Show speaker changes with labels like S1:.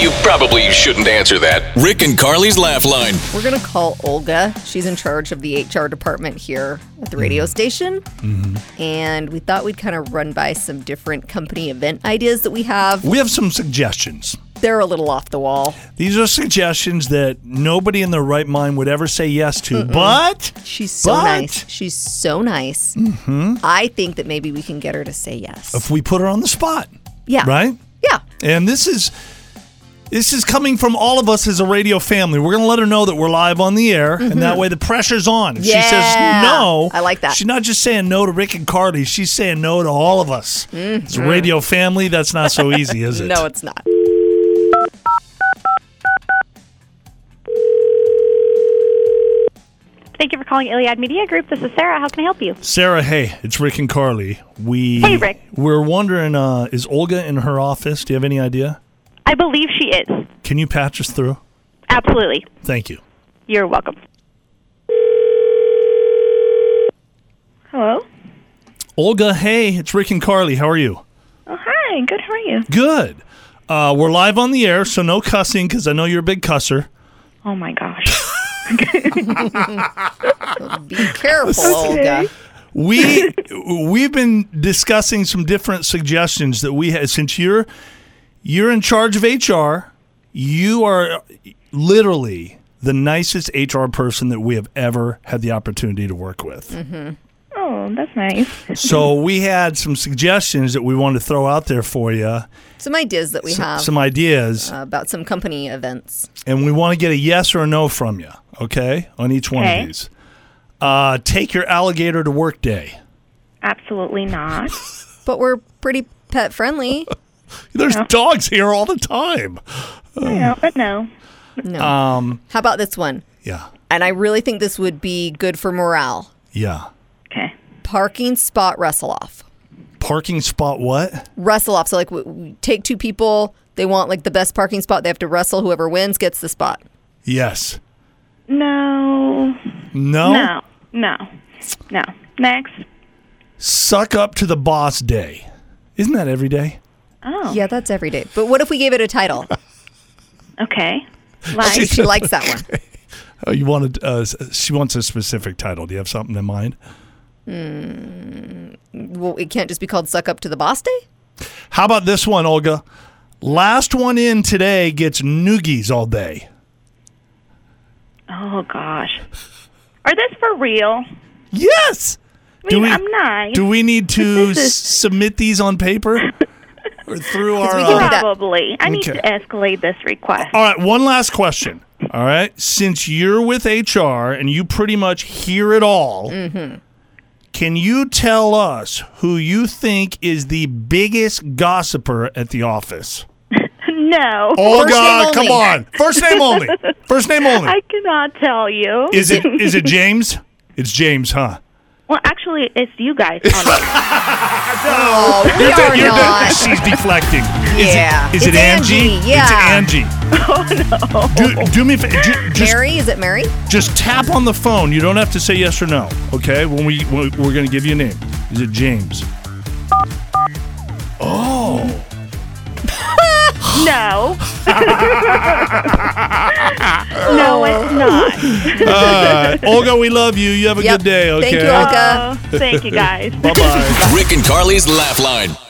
S1: you probably shouldn't answer that.
S2: Rick and Carly's Laugh Line.
S3: We're going to call Olga. She's in charge of the HR department here at the radio
S4: Mm-hmm.
S3: station. And we thought we'd kind of run by some different company event ideas that we have.
S4: We have some suggestions.
S3: They're a little off the wall.
S4: These are suggestions that nobody in their right mind would ever say yes to, but
S3: She's so
S4: But-
S3: nice. She's so nice.
S4: Mm-hmm.
S3: I think that maybe we can get her to say yes.
S4: if we put her on the spot,
S3: Yeah.
S4: right?
S3: Yeah.
S4: And this is this is coming from all of us as a radio family. We're going to let her know that we're live on the air, and that way the pressure's on. If she says
S3: Mm-hmm. Yeah.
S4: no,
S3: I like that.
S4: She's not just saying no to Rick and Carly; she's saying no to all of us. It's a radio family. That's not so easy, is it?
S3: Mm-hmm. No, it's not.
S5: Thank you for calling Iliad Media Group. This is Sarah. How can I help you?
S4: Sarah, hey, it's Rick and Carly. We
S5: Hey, Rick.
S4: We're wondering, uh, is Olga in her office? Do you have any idea?
S5: I believe she is.
S4: Can you patch us through?
S5: Absolutely.
S4: Thank you.
S5: You're welcome.
S6: Hello.
S4: Olga, hey, it's Rick and Carly. How are you?
S6: Oh, hi. Good. How are you?
S4: Good. Uh, we're live on the air, so no cussing because I know you're a big cusser.
S6: Oh my gosh.
S3: Be careful, Olga.
S4: We we've been discussing some different suggestions that we had since you're you're in charge of HR. You are literally the nicest HR person that we have ever had the opportunity to work with.
S6: Oh, that's nice.
S4: So we had some suggestions that we wanted to throw out there for you,
S3: Some ideas that we have
S4: some ideas,
S3: about some company events.
S4: and we want to get a yes or a no from you, okay, on each one
S6: Okay.
S4: of these. Uh, take your alligator to work day.
S6: Absolutely not.
S3: But we're pretty pet friendly.
S4: There's
S6: Uh-huh.
S4: dogs here all the time.
S6: no, but no.
S3: How about this one?
S4: Yeah,
S3: And I really think this would be good for morale.
S4: yeah.
S6: Okay.
S3: Parking spot wrestle off.
S4: parking spot what?
S3: wrestle off. So like we, we take two people. They want like the best parking spot. They have to wrestle. Whoever wins gets the spot.
S4: Yes.
S6: No.
S4: No.
S6: No. No. No. Next.
S4: Suck up to the boss day. Isn't that every day?
S6: Oh.
S3: Yeah, that's every day. But what if we gave it a title?
S6: Okay.
S5: Oh,
S6: Like.
S3: she likes that one.
S4: Oh, you wanted. Uh, s- she wants a specific title. Do you have something in mind?
S3: Well, it can't just be called "Suck Up to the Boss Day."
S4: How about this one, Olga? Last one in today gets noogies all day.
S6: Oh gosh. Are this for real?
S4: Yes.
S6: I mean, I'm nice.
S4: Do we need to
S6: This
S4: s-
S6: is-
S4: submit these on paper or through our?
S3: we can do
S4: uh,
S3: that.
S6: Probably. I need
S4: Okay.
S6: to escalate this request.
S4: All right, one last question. All right, since you're with HR and you pretty much hear it all,
S3: Mm-hmm.
S4: can you tell us who you think is the biggest gossiper at the office?
S6: No.
S4: Oh
S3: First
S4: God,
S3: name
S4: come
S3: only.
S4: on! First name only. First name only.
S6: I cannot tell you.
S4: is it is it James? It's James, huh?
S6: well, actually, it's you guys. On
S3: Oh, we
S4: You're de-
S3: are
S4: you're de-
S3: not.
S4: she's deflecting. Is
S3: Yeah.
S4: it, is it
S3: It's
S4: Angie?
S3: Angie, yeah.
S4: It's Angie. Oh no. Do, do me a fa- ju- just
S3: Mary? Is it Mary?
S4: Just tap on the phone. You don't have to say yes or no. Okay? When we when we're gonna give you a name. Is it James? Oh,
S6: no. no, it's not.
S4: uh, Olga, we love you. You have a
S3: Yep.
S4: good day. Okay.
S3: Thank you, Olga.
S6: Oh, thank you guys.
S4: Bye bye.
S2: Rick and Carly's Laugh Line.